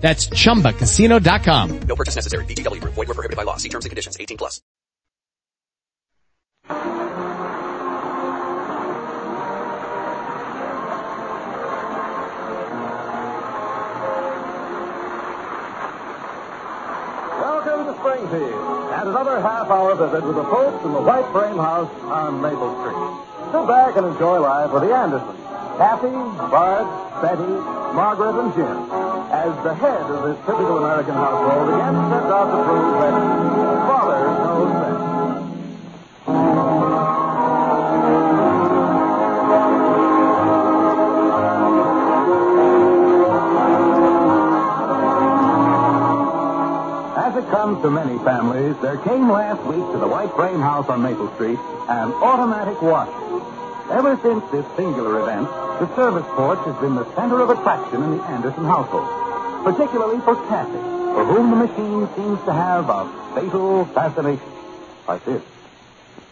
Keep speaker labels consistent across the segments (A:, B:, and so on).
A: That's chumbacasino.com.
B: No purchase necessary. VGW Group. Void were prohibited by law. See terms and conditions. 18 plus.
C: Welcome to Springfield and another half hour visit with the folks in the White Frame House on Maple Street. Sit back and enjoy life with the Andersons, Kathy, Bart, Betty, Margaret, and Jim, as the head of this typical American household again sets out to prove that father knows best. As it comes to many families, there came last week to the White Frame House on Maple Street an automatic watch. Ever since this singular event, the service porch has been the center of attraction in the Anderson household, particularly for Kathy, for whom the machine seems to have a fatal fascination. Like this.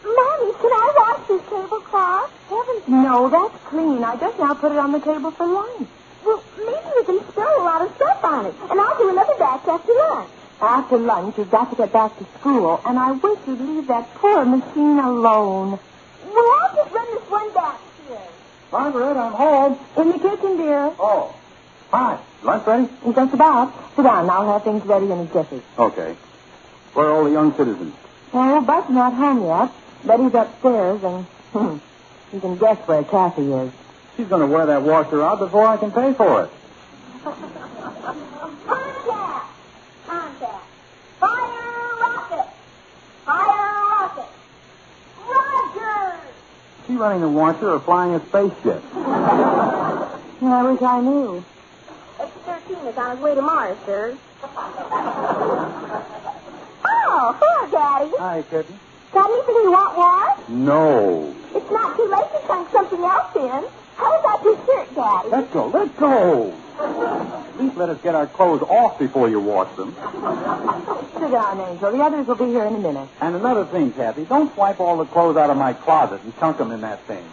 D: Mommy, can I wash this tablecloth? Heavens, no, that's clean. I just now put it on the table for lunch. Well, maybe we can spill a lot of stuff on it, and I'll do another batch after lunch. After lunch, you've got to get back to school, and I wish you'd leave that poor machine alone. Well, I'll just run this one batch here.
C: Margaret, I'm home.
D: In the kitchen, dear.
C: Oh. Hi. Lunch ready?
D: Just about. Sit down. I'll have things ready in a jiffy.
C: Okay. Where are all the young citizens?
D: Well, Bud's not home yet. Betty's upstairs, and hmm, you can guess where Kathy is.
C: She's going to wear that washer out before I can pay for it.
D: Contact! Contact! Fire rocket! Fire rocket! Roger!
C: Is she running the washer or flying a spaceship?
D: I wish I knew. X-13 is on his way to Mars, sir. oh, hello, Daddy.
C: Hi, kitten.
D: Got anything you want washed?
C: No.
D: It's not too late to chunk something else in. How about your shirt, Daddy?
C: Let's go. Let's go. At least let us get our clothes off before you wash them.
D: Sit down, Angel. The others will be here in a minute.
C: And another thing, Kathy, don't wipe all the clothes out of my closet and chunk them in that thing.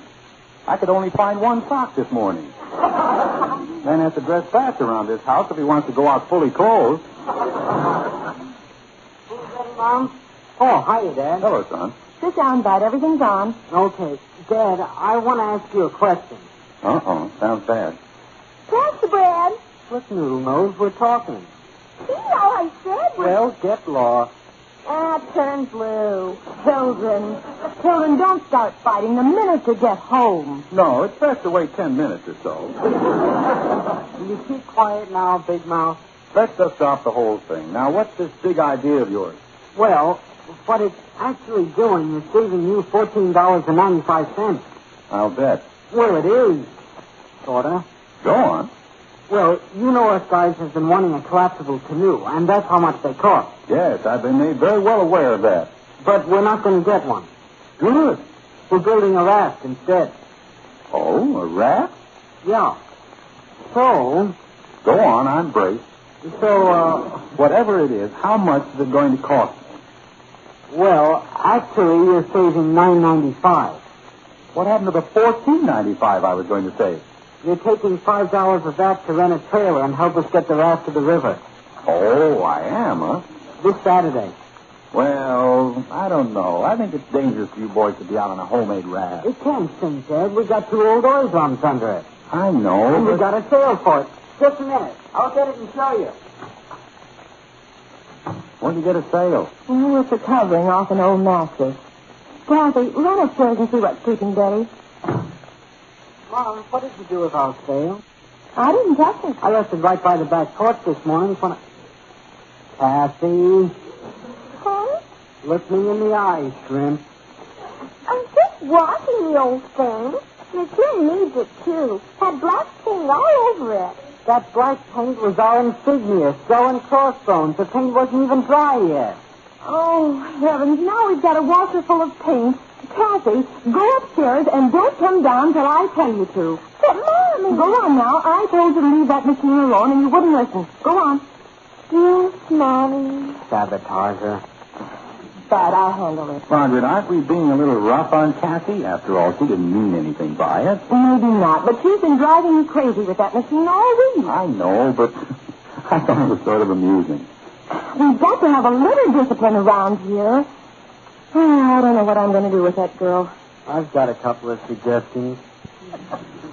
C: I could only find one sock this morning. Man has to dress fast around this house if he wants to go out fully clothed.
E: Mom? Oh, hi, Dad.
C: Hello, son.
D: Sit down, Bud. Everything's on.
E: Okay. Dad, I want to ask you a question.
C: Uh-oh. Sounds bad.
D: Pass the bread.
E: Look, Noodle Nose, we're talking.
D: See, all I said was...
E: Well, get lost.
D: Ah, turn blue. Children. Children, don't start fighting the minute you get home.
C: No, it's best to wait ten minutes or so.
E: Will you keep quiet now, Big Mouth?
C: Let's just stop the whole thing. Now, what's this big idea of yours?
E: Well, what it's actually doing is saving you $14.95.
C: I'll bet.
E: Well, it is. Sorta.
C: Go on.
E: Well, you know us guys have been wanting a collapsible canoe, and that's how much they cost.
C: Yes, I've been made very well aware of that.
E: But we're not going to get one.
C: Good.
E: We're building a raft instead.
C: Oh, a raft?
E: Yeah. So,
C: Go on, I'm braced.
E: so, uh,
C: Whatever it is, how much is it going to cost? me?
E: well, actually, you're saving nine ninety five.
C: What happened to the fourteen ninety five I was going to say?
E: You're taking five dollars of that to rent a trailer and help us get the raft to the river
C: Oh, I am, huh?
E: this Saturday.
C: Well, I don't know. I think it's dangerous for you boys to be out on a homemade raft.
E: It can't sink, Dad. We got two old oil drums under it,
C: I know.
E: and we
C: but-
E: got a sail for it. Just a minute. I'll get it and show you.
C: Where'd you get a sale?
D: Oh, it's a covering off an old mattress. Dorothy, run upstairs and see what's sleeping Betty.
E: Mom, what did you do with our sale?
D: I didn't touch it.
E: I left it right by the back porch this morning when I... Kathy,
D: Huh?
E: look me in the eye, shrimp.
D: I'm just washing the old thing. The kid needs it, too. Had black paint all over it.
E: That black paint was our insignia, skull and crossbones. The paint wasn't even dry yet.
D: Oh, heavens, now we've got a washer full of paint. Kathy, go upstairs and don't come down till I tell you to. But, Mommy... Go on now. I told you to leave that machine alone, and you wouldn't listen. Go on. Yes, Mommy.
E: Sabotager.
D: Dad, I'll handle it.
C: Margaret, aren't we being a little rough on Kathy? After all, she didn't mean anything by it.
D: Maybe not, but she's been driving you crazy with that machine all week.
C: I know, but I thought it was sort of amusing.
D: We've got to have a little discipline around here. Ah, I don't know what I'm going to do with that girl.
E: I've got a couple of suggestions.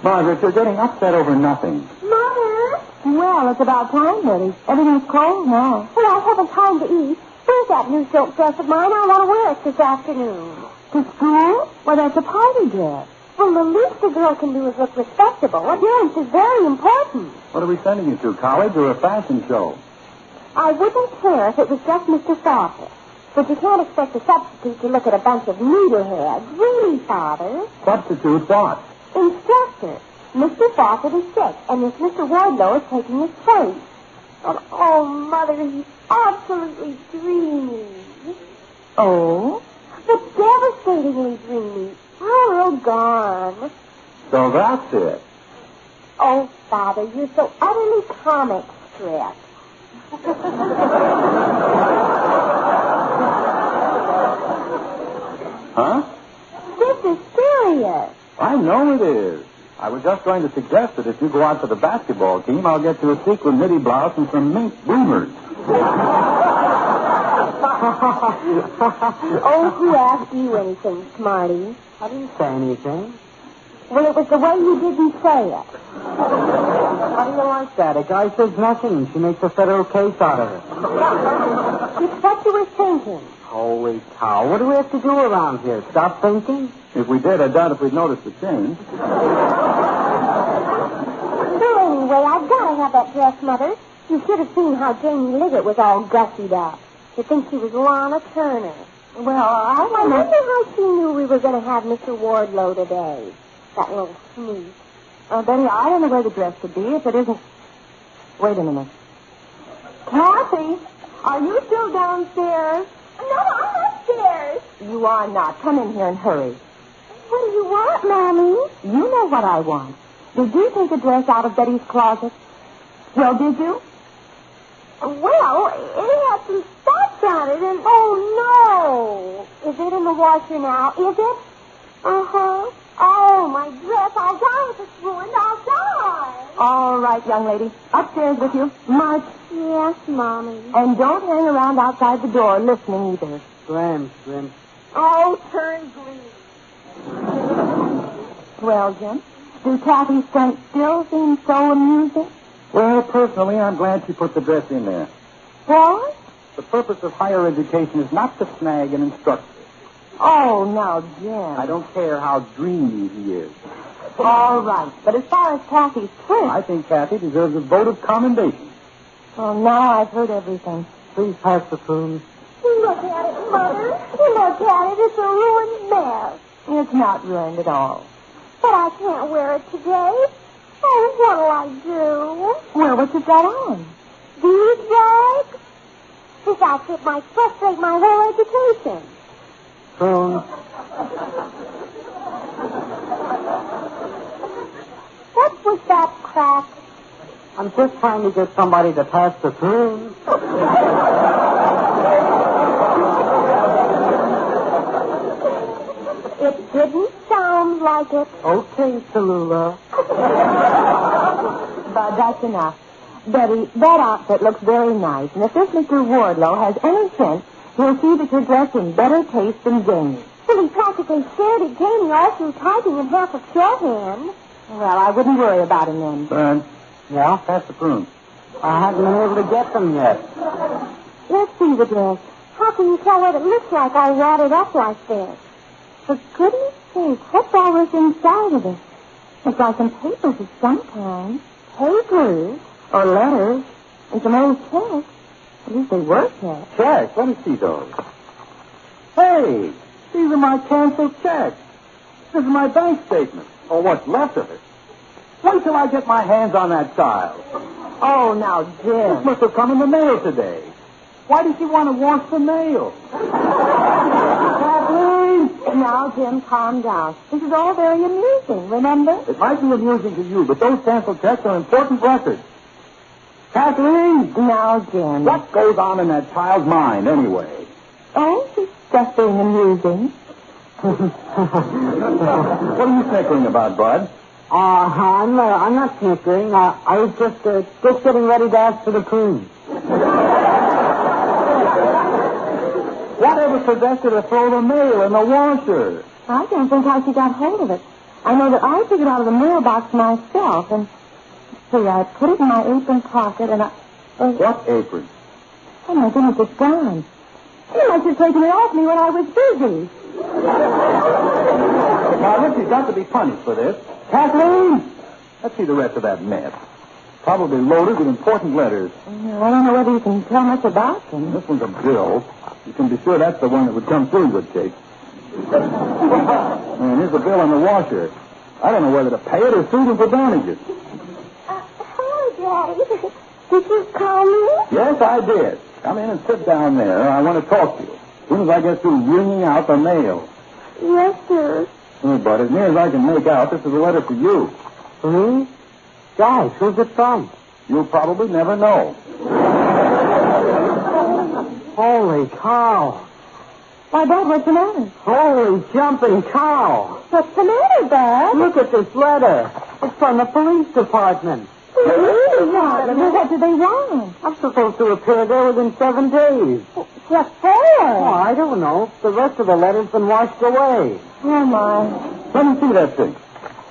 C: Margaret, you're getting upset over nothing.
D: Mother? Well, it's about time, Betty. Everything's cold now. Well, I haven't time to eat. Where's that new silk dress of mine? I want to wear it this afternoon. To school? Well, that's a party dress. Well, the least a girl can do is look respectable. Appearance is very important.
C: What are we sending you to, college or a fashion show?
D: I wouldn't care if it was just Mr. Saucer. But you can't expect a substitute to look at a bunch of needleheads. Really, Father?
C: Substitute what?
D: Instructor, Mr. Fawcett is sick, and this Mr. Wardlow is taking his place. And, oh, Mother, he's absolutely dreamy. Oh? But devastatingly dreamy. Oh, gone.
C: So that's it.
D: Oh, Father, you're so utterly comic strip.
C: Huh?
D: This is serious.
C: I know it is. I was just going to suggest that if you go out for the basketball team, I'll get you a sequin midi blouse and some mink bloomers.
D: Oh, who asked you anything, Smarty?
E: I didn't say anything.
D: Well, it was the way you didn't say it.
E: How do you like that? A guy says nothing. She makes a federal case out of it.
D: It's what you were thinking.
E: Holy cow. What do we have to do around here? Stop thinking?
C: If we did, I doubt if we'd notice the change.
D: Well, anyway, I've got to have that dress, Mother. You should have seen how Jamie Liggett was all gussied up. You think she was Lana Turner. Well, Oh, I wonder... how she knew we were going to have Mr. Wardlow today. That little sneak. Oh, Betty, I don't know where the dress could be if it isn't... Wait a minute. Kathy, are you still downstairs? No, I'm upstairs. You are not. Come in here and hurry. What do you want, Mommy? You know what I want. Did you take a dress out of Betty's closet? Well, did you? Well, it had some spots on it, and oh no! Is it in the washer now? Is it? Uh huh. Oh, my dress! I'll die if it's ruined. I'll die. All right, young lady. Upstairs with you. March. Yes, mommy. And don't hang around outside the door listening either.
E: Grim, Grim.
D: Oh, turn green. Well, Jim, do Kathy's strength still seem so amusing?
C: Well, personally, I'm glad she put the dress in there.
D: What?
C: The purpose of higher education is not to snag an instructor.
D: Oh, now, Jim.
C: I don't care how dreamy he is.
D: All right, but as far as Kathy's strength...
C: I think Kathy deserves a vote of commendation.
D: Oh, now I've heard everything.
E: Please pass the spoon.
D: Look at it, Mother. Look at it. It's a ruined mess. It's not ruined at all. But I can't wear it today. Oh, what'll I do? Well, what you got on? These rags? This outfit might frustrate my whole education.
E: Spoon.
D: What was that crap?
E: I'm just trying to get somebody to pass the spoon.
D: It didn't sound like it.
E: Okay, Tallulah.
D: But Uh, that's enough. Betty, that outfit looks very nice, and if this Mr. Wardlow has any sense, he'll see that you're dressed in better taste than Jamie. Well, he practically stared at Jamie all through typing and half of shorthand. Well, I wouldn't worry about him then.
C: Burns,
E: Yeah?
C: pass the prune.
E: I haven't been able to get them yet.
D: Let's see the dress. How can you tell what it looks like all wadded up like this? For goodness sake, what's all this inside of it? It's like some papers of some kind. Papers? Or letters? And some old checks. At least they were checks.
C: Checks? Let me see those. Hey, these are my canceled checks. This is my bank statement, or what's left of it. Wait till I get my hands on that child.
E: Oh, now, Jim.
C: This must have come in the mail today. Why did she want to wash the mail?
D: Kathleen! Now, Jim, calm down. This is all very amusing, remember?
C: It might be amusing to you, but those canceled checks are important records. Kathleen!
D: Now, Jim.
C: What goes on in that child's mind, anyway?
D: Oh, it's just being amusing.
C: What are you snickering about, Bud?
E: Uh, I'm, uh, I'm not snickering. Uh, I was just, uh, just getting ready to ask for the cream.
C: Whatever possessed her to throw the mail in the washer?
D: I don't think how she got hold of it. I know that I took it out of the mailbox myself, and see, I put it in my apron pocket, and I. Oh,
C: What apron?
D: Oh my goodness, it's gone. You must have taken it off me when I was busy.
C: Now, look, she's got to be punished for this. Kathleen! Let's see the rest of that mess. Probably loaded with important letters.
D: I don't know whether you can tell much about them.
C: This one's a bill. You can be sure that's the one that would come through good shape. and here's the bill on the washer. I don't know whether to pay it or sue them for damages.
D: Uh, hello, Daddy. Did you call me?
C: Yes, I did. Come in and sit down there. I want to talk to you. As soon as I get through wringing out the mail.
D: Yes, sir.
C: Hey, Bud, as near as I can make out, this is a letter for you.
E: For me? Gosh, who's it from?
C: You'll probably never know.
E: Holy cow.
D: Why, Dad, what's the matter?
E: Holy jumping cow.
D: What's the matter, Dad?
E: Look at this letter. It's from the police department.
D: Well, what do they want?
E: I'm supposed to appear there within seven days.
D: What
E: Oh,
D: for?
E: I don't know. The rest of the letter's been washed away.
D: Oh, my.
C: Let me see that thing.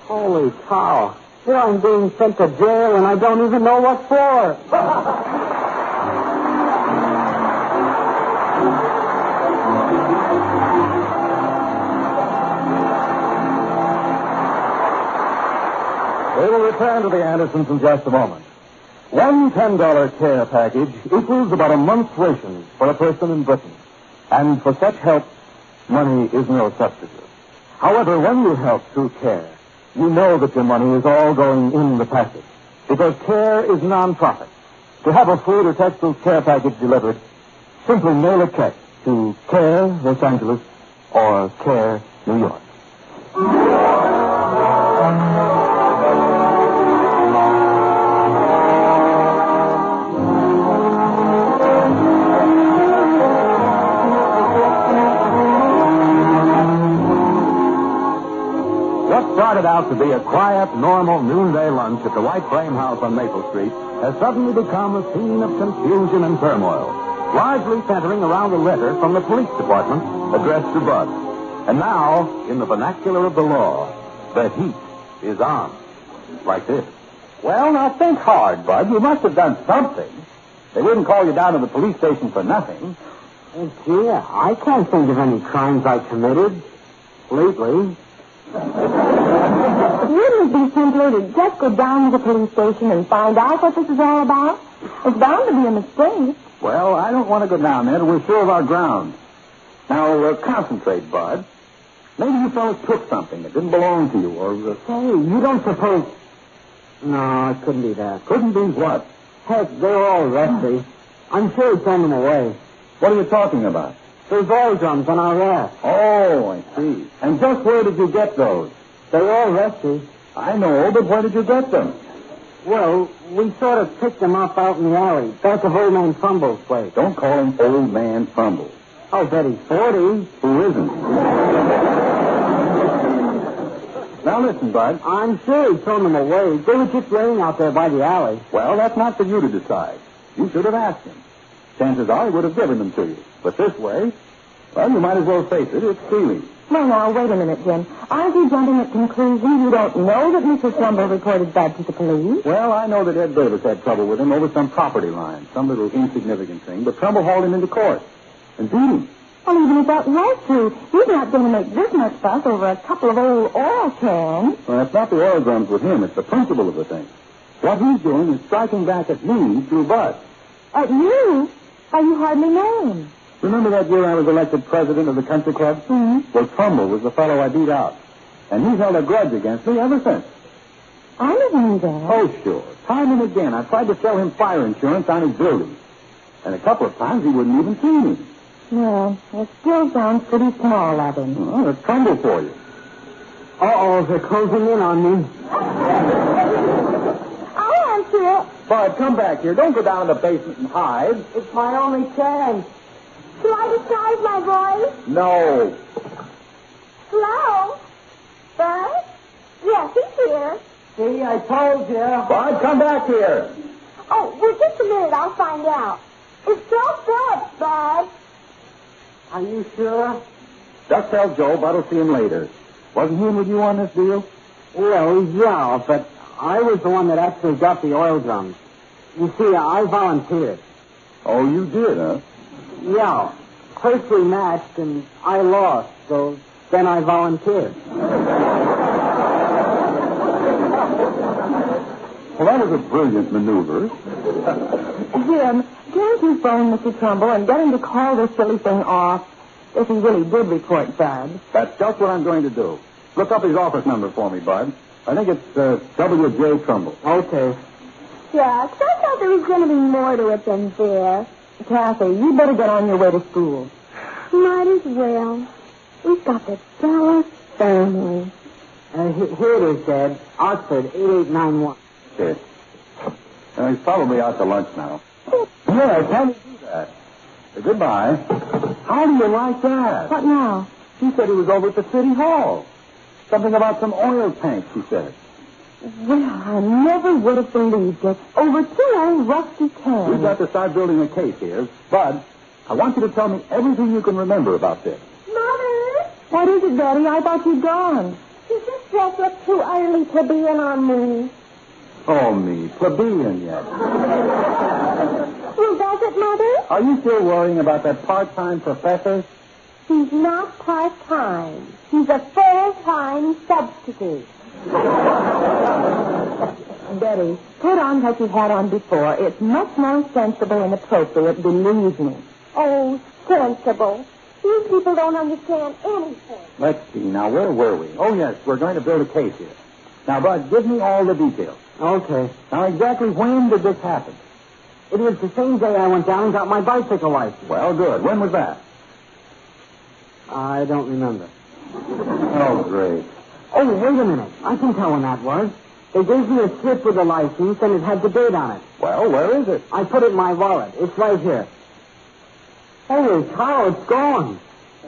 E: Holy cow. Here I'm being sent to jail and I don't even know what for.
C: We will return to the Andersons in just a moment. One $10 care package equals about a month's rations for a person in Britain. And for such help, money is no substitute. However, when you help through care, you know that your money is all going in the package. Because care is non-profit. To have a food or textiles care package delivered, simply mail a check to Care, Los Angeles, or Care, New York. What started out to be a quiet, normal noonday lunch at the White Frame House on Maple Street has suddenly become a scene of confusion and turmoil, largely centering around a letter from the police department addressed to Bud. And now, in the vernacular of the law, the heat is on. Like this. Well, now think hard, Bud. You must have done something. They wouldn't call you down to the police station for nothing.
E: Oh, Gee, I can't think of any crimes I committed lately.
D: Wouldn't it be simpler to just go down to the police station and find out what this is all about? It's bound to be a mistake.
C: Well, I don't want to go down there. till We're sure of our ground. Now, uh, concentrate, Bud. Maybe you fellas took something that didn't belong to you, or uh,
E: Hey, you don't suppose. No, it couldn't be that.
C: couldn't be what?
E: Heck, they're all rusty. I'm sure he sent them away.
C: What are you talking about?
E: There's ball drums on our raft.
C: Oh, I see. And just where did you get those?
E: They're all rusty.
C: I know, but where did you get them?
E: Well, we sort of picked them up out in the alley, back of old man Fumble's place.
C: Don't call him Old Man Fumble.
E: I'll bet he's 40.
C: Who isn't? now listen, Bud.
E: I'm sure he thrown them away. They were just laying out there by the alley.
C: Well, that's not for you to decide. You should have asked him. Chances are he would have given them to you. But this way, well, you might as well face it. It's stealing.
D: Now, now, wait a minute, Jim. Aren't you jumping at conclusions? You don't know that Mr. Trumbull reported that to the police.
C: Well, I know that Ed Davis had trouble with him over some property line, some little insignificant thing, but Trumbull hauled him into court and beat him.
D: Well, even if that was true, he's not going to make this much fuss over a couple of old oil cans.
C: Well, it's not the oil drums with him, it's the principle of the thing. What he's doing is striking back at me through Bud.
D: At you? Why, you hardly know him.
C: Remember that year I was elected president of the country club?
D: Mhm.
C: Well, Trumbull was the fellow I beat out. And he's held a grudge against me ever since.
D: I never knew that.
C: Oh, sure. Time and again, I tried to sell him fire insurance on his building. And a couple of times he wouldn't even see me.
D: Well, it still sounds pretty small of him.
C: Well, that's Trumbull for you.
E: Uh-oh, they're closing in on me.
D: I'll answer it.
C: Bud, come back here. Don't go down to the basement and hide.
E: It's my only chance.
D: Shall I disguise my voice?
C: No.
D: Hello? Bud? Yes, he's here.
E: See, I told you.
C: Bud, come back here.
D: Oh, well, just a minute. I'll find out. It's so bad, Bud.
E: Are you sure?
C: Just tell Joe Bud will see him later. Wasn't he in with you on this deal?
E: Well, yeah, but I was the one that actually got the oil drums. You see, I volunteered.
C: Oh, you did, huh?
E: Yeah. First we matched, and I lost, so then I volunteered.
C: Well, that was a brilliant maneuver.
D: Jim, can't you phone Mr. Trumbull and get him to call this silly thing off if he really did report Bud?
C: That's just what I'm going to do. Look up his office number for me, Bud. I think it's uh, W.J. Trumbull.
E: Okay.
D: Yeah, 'cause I thought there was going to be more to it than there. Kathy, you better get on your way to school. Might as well. We've got the Dallas family.
E: Uh, he- here it is, Dad. Oxford, 8891.
C: Okay. Uh, he's probably out to lunch now. Yeah, I can't do that. Uh, goodbye. How do you like that?
D: What now?
C: She said he was over at the city hall. Something about some oil tank, she said.
D: Well, I never would have believed it. Over two old rusty
C: We've
D: cans.
C: got to start building a case here. Bud, I want you to tell me everything you can remember about this.
D: Mother? What is it, Betty? I thought you'd gone. You just woke up too early to be in our mood.
C: Oh, me, plebeian yet.
D: Well, does it, Mother?
C: Are you still worrying about that part-time professor?
D: He's not part-time. He's a full-time substitute. Betty, put on what you had on before. It's much more sensible and appropriate, believe me. Oh, sensible. You people don't understand anything.
C: Let's see. Now, where were we? Oh, yes, we're going to build a case here. Now, Bud, give me all the details.
E: Okay.
C: Now, exactly when did this happen?
E: It was the same day I went down and got my bicycle license.
C: Well, good. When was that?
E: I don't remember.
C: Oh, great.
E: Oh, wait a minute. I can tell when that was. They gave me a slip with the license, and it had the date on it.
C: Well, where is it?
E: I put it in my wallet. It's right here. Holy cow, it's gone.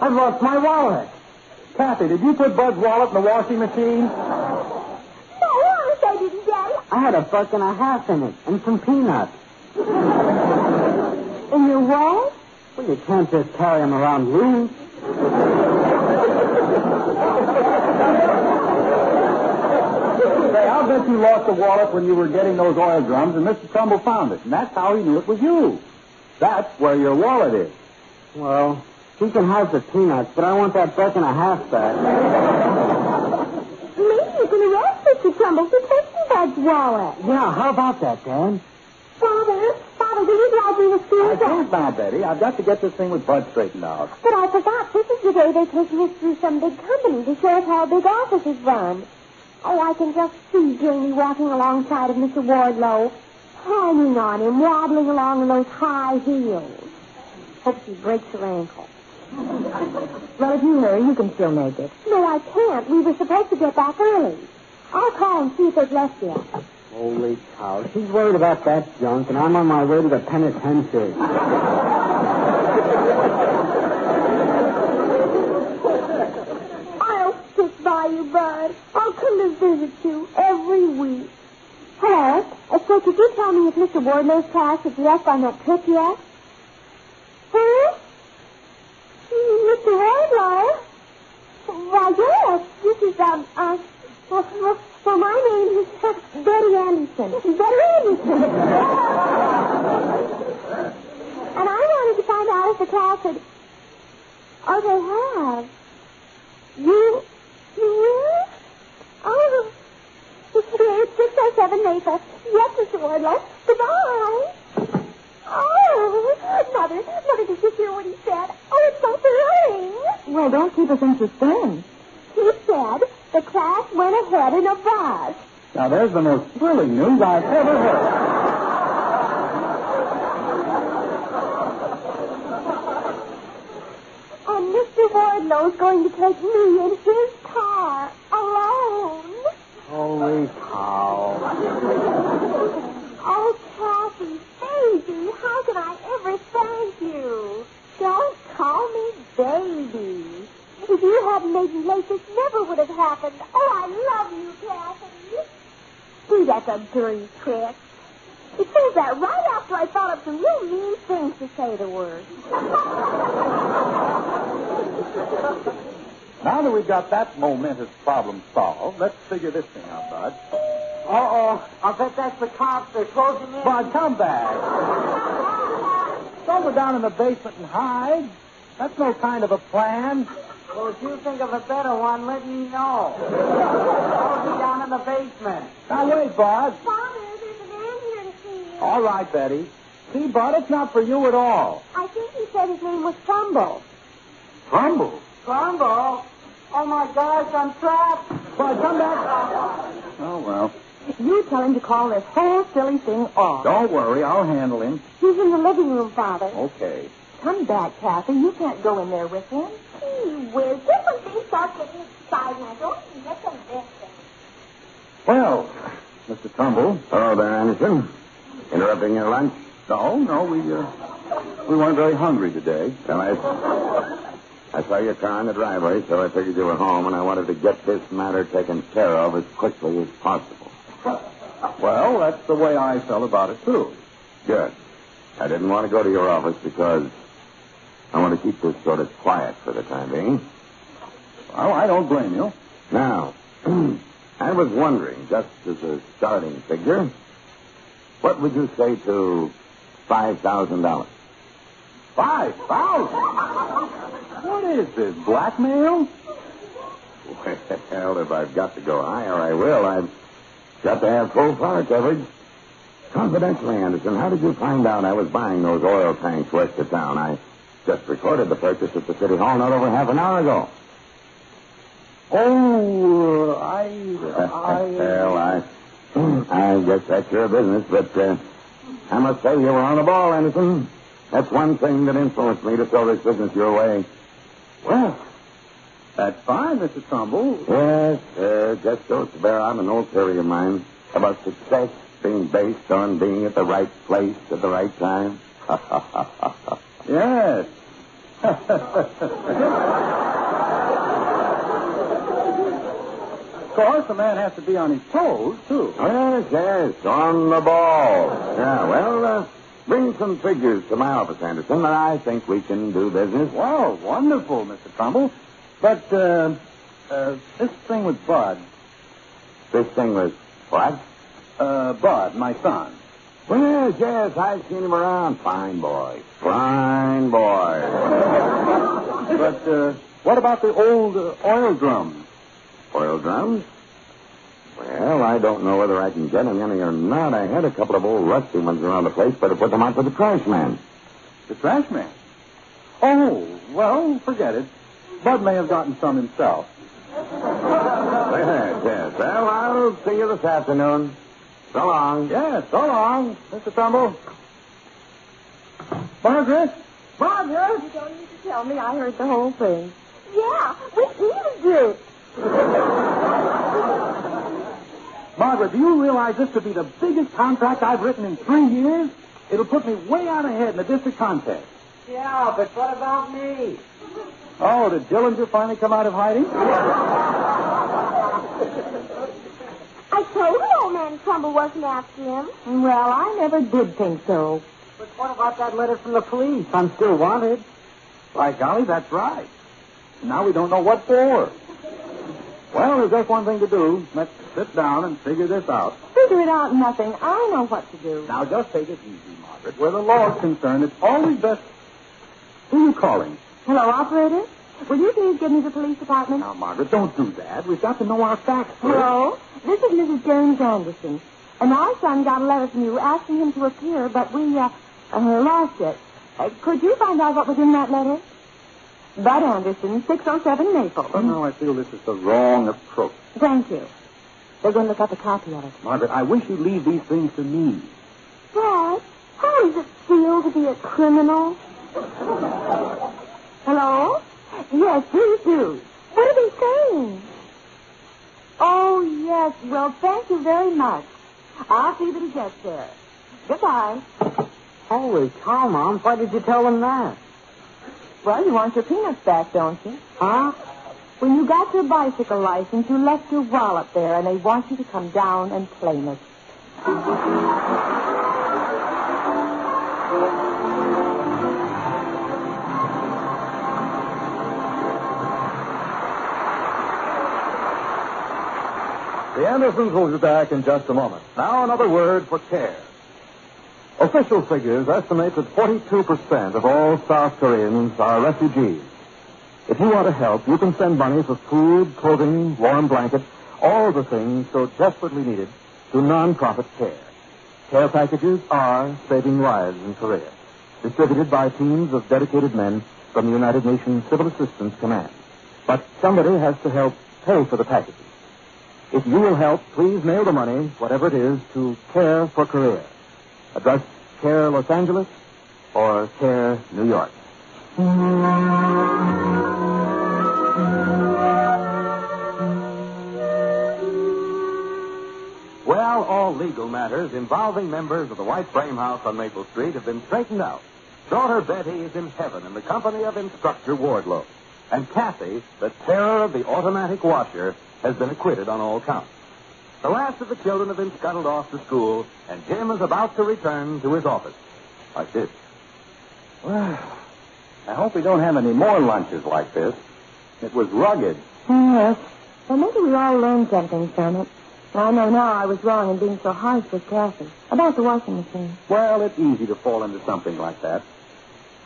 E: I've lost my wallet.
C: Kathy, did you put Bud's wallet in the washing machine?
D: No, honest, I didn't, Daddy.
E: I had a buck and a half in it, and some peanuts.
D: In your wallet?
E: Well, you can't just carry them around loose.
C: Say, I'll bet you lost the wallet when you were getting those oil drums, and Mr. Trumbull found it, and that's how he knew it was you. That's where your wallet is.
E: Well, he can have the peanuts, but I want that buck and a half back.
D: Maybe you can arrest Mr. Trumbull for taking Bud's wallet.
E: Yeah, how about that, Dan?
D: Father, Father, will you drive me to school?
C: I can't now, Betty. I've got to get this thing with Bud straightened out.
D: But I forgot. This is the day they take us through some big company to show us how big offices run. Oh, I can just see Jamie walking alongside of Mr. Wardlow, hanging on him, waddling along in those high heels. Hope she breaks her ankle. well, if you hurry, you can still make it. No, I can't. We were supposed to get back early. I'll call and see if they've left yet.
E: Holy cow, she's worried about that junk, and I'm on my way to the penitentiary.
D: I'll stick by you, Bud. I'll come to visit you every week. Hello. Uh, so could you tell me if Mr. Wardlow's class is left on that trip yet? Huh? Mm, Mr. Wardlow? about, uh, well, well, well my name is Betty Anderson. Betty Anderson. and I wanted to find out if the class had, oh, they have. You, you will? Oh, it's here, 607 Maple. Yes, Mr. Wardlow. Goodbye. Oh, Mother, Mother, did you hear what he said? Oh, it's so thrilling. Well, don't keep us in suspense. He said the class went ahead in a bus.
C: Now, there's the most thrilling news I've ever heard.
D: And Mr. Wardlow's going to take me in his car alone.
C: Holy cow.
D: Oh, Kathy, baby, how can I ever thank you? Don't call me baby. If you hadn't made me late, this never would have happened. Oh, I love you, Kathy. See, that's a dirty trick. It says that right after I thought up some real mean things to say to her.
C: Now that we've got that momentous problem solved, let's figure this thing out, Bud.
E: Uh-oh. I bet that's the cops. They're closing in.
C: Bud, come back. Don't go down in the basement and hide. That's no kind of a plan.
E: Well, if you think of a better one, let me know. I'll be down in the basement.
C: Now, wait, Bud.
D: Father, there's a man here to see you.
C: All right, Betty. See, Bud, it's not for you at all.
D: I think he said his name was Trumbull.
C: Trumbull?
E: Trumbo? Oh, my gosh, I'm trapped.
C: Bud, come back. Oh, well.
D: You tell him to call this whole silly thing off.
C: Don't worry, I'll handle him.
D: He's in the living room, Father.
C: Okay.
D: Come back, Kathy. You can't go in there with him. Gee whiz, just when things start getting exciting, I don't even get them
C: Well, Mr. Trumbull. Hello there, Anderson. Interrupting your lunch? No, no, we uh, we weren't very hungry today.
F: Well, I, I saw your car in the driveway, so I figured you were home, and I wanted to get this matter taken care of as quickly as possible.
C: Well, that's the way I felt about it too.
F: Good. I didn't want to go to your office because I want to keep this sort of quiet for the time being.
C: Well, Oh, I don't blame you.
F: Now, I was wondering, just as a starting figure, what would you say to $5,000?
C: Five thousand. What is this blackmail?
F: Well, if I've got to go higher, I will. I've got to have full power coverage. Confidentially, Anderson, how did you find out I was buying those oil tanks west of town? I just recorded the purchase at the city hall not over half an hour ago.
C: Oh, uh, I,
F: well, I, I guess that's your business, but uh, I must say you were on the ball, Anderson. That's one thing that influenced me to throw this business your way.
C: Well, that's fine, Mr. Trumbull.
F: Yes, uh, just goes to bear on an old theory of mine about success being based on being at the right place at the right time.
C: Yes. of course, a man has to be on his toes, too.
F: Yes, yes, on the ball. Yeah, well, uh, bring some figures to my office, Anderson, and I think we can do business.
C: Well, wonderful, Mr. Trumbull. But uh, uh, this thing with Bud,
F: This thing was what?
C: uh, Bud, my son.
F: Well, yes, yes, I've seen him around. Fine boy. Fine boy.
C: But uh, what about the old uh, oil drum?
F: Oil drums? Well, I don't know whether I can get him any or not. I had a couple of old rusty ones around the place, but I put them out for the trash man.
C: The trash man. Oh, well, forget it. Bud may have gotten some himself.
F: Yes, yes. Well, I'll see you this afternoon. So long.
C: Yes, so long, Mr. Trumbull. Margaret? Margaret?
D: You don't need to tell me. I heard the whole thing. Yeah, we even did.
C: Margaret, do you realize this could be the biggest contract I've written in three years? It'll put me way out ahead in the district contest.
E: Yeah, but what about me?
C: Oh, did Dillinger finally come out of hiding?
D: I told the old man Trumbull wasn't after him. Well, I never did think so.
E: But what about that letter from the police? I'm still wanted.
C: By golly, that's right. Now we don't know what for. Well, there's just one thing to do. Let's sit down and figure this out.
D: Figure it out, nothing. I know what to do.
C: Now, just take it easy, Margaret. Where the law's concerned, it's always best. Who are you calling?
D: Hello, operator. Will you please get me the police department?
C: Now, Margaret, don't do that. We've got to know our facts first.
D: Hello. This is Mrs. James Anderson. And our son got a letter from you asking him to appear, but we uh, uh, lost it. Uh, could you find out what was in that letter? Bud Anderson, 607 Maple.
C: Somehow I feel this is the wrong approach.
D: Thank you. They're going to look up a copy of it.
C: Margaret, I wish you'd leave these things to me.
D: Dad, how does it feel to be a criminal? Hello? Yes, please do. What are they saying? Oh, yes. Well, thank you very much. I'll see them get there. Goodbye.
E: Holy cow, Mom. Why did you tell them that?
D: Well, you want your peanuts back, don't you?
E: Huh?
D: When you got your bicycle license, you left your wallet there, and they want you to come down and claim it.
C: The Andersons will be back in just a moment. Now, another word for care. Official figures estimate that 42% of all South Koreans are refugees. If you want to help, you can send money for food, clothing, warm blankets, all the things so desperately needed to nonprofit care. Care packages are saving lives in Korea, distributed by teams of dedicated men from the United Nations Civil Assistance Command. But somebody has to help pay for the packages. If you will help, please mail the money, whatever it is, to Care for Korea. Address Care Los Angeles or Care New York. Well, all legal matters involving members of the White Frame House on Maple Street have been straightened out. Daughter Betty is in heaven in the company of Instructor Wardlow. And Kathy, the terror of the automatic washer, has been acquitted on all counts. The last of the children have been scuttled off to school, and Jim is about to return to his office. Like this. Well, I hope we don't have any more lunches like this. It was rugged.
D: Yes. Well, maybe we all learned something from it. I know now I was wrong in being so harsh with Kathy about the washing machine.
C: Well, it's easy to fall into something like that.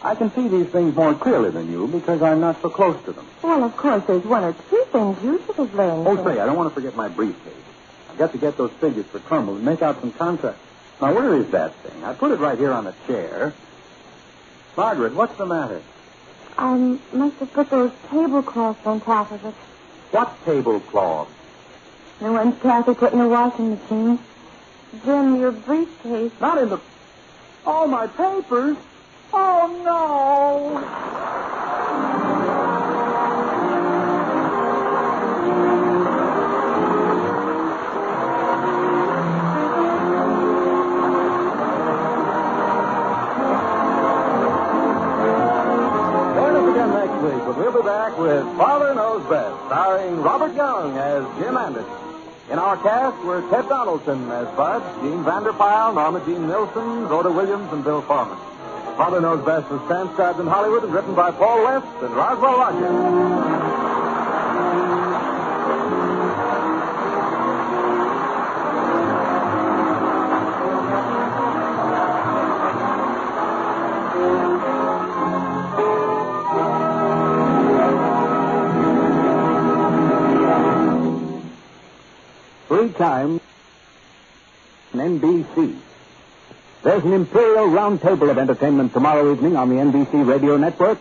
C: I can see these things more clearly than you because I'm not so close to them.
D: Well, of course, there's one or two things you should have learned.
C: Oh, say, I don't want to forget my briefcase. I've got to get those figures for Trumbull and make out some contracts. Now, where is that thing? I put it right here on the chair. Margaret, what's the matter?
D: I must have put those tablecloths on top of it.
C: What tablecloth?
D: No one's Kathy put in the washing machine. Jim, your briefcase.
C: Not in the. All my papers. Oh, no. Join us again next week when we'll be back with Father Knows Best, starring Robert Young as Jim Anderson. In our cast were Ted Donaldson as Bud, Gene Vanderpile, Norma Jean Nilsson, Rhoda Williams, and Bill Foreman. Father Knows Best was transcribed in Hollywood and written by Paul West and Roswell Rogers. Three times on NBC. There's an Imperial Roundtable of Entertainment tomorrow evening on the NBC Radio Network.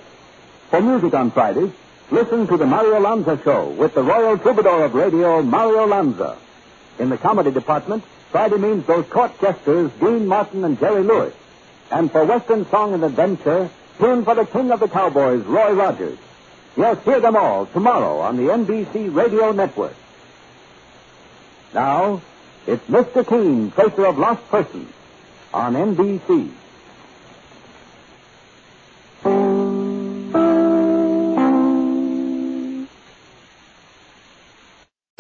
C: For music on Fridays, listen to the Mario Lanza Show with the Royal Troubadour of Radio, Mario Lanza. In the comedy department, Friday means those court jesters, Dean Martin and Jerry Lewis. And for Western song and adventure, tune for the King of the Cowboys, Roy Rogers. Yes, hear them all tomorrow on the NBC Radio Network. Now, it's Mr. Keene, Tracer of Lost Persons, on NBC.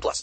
B: plus.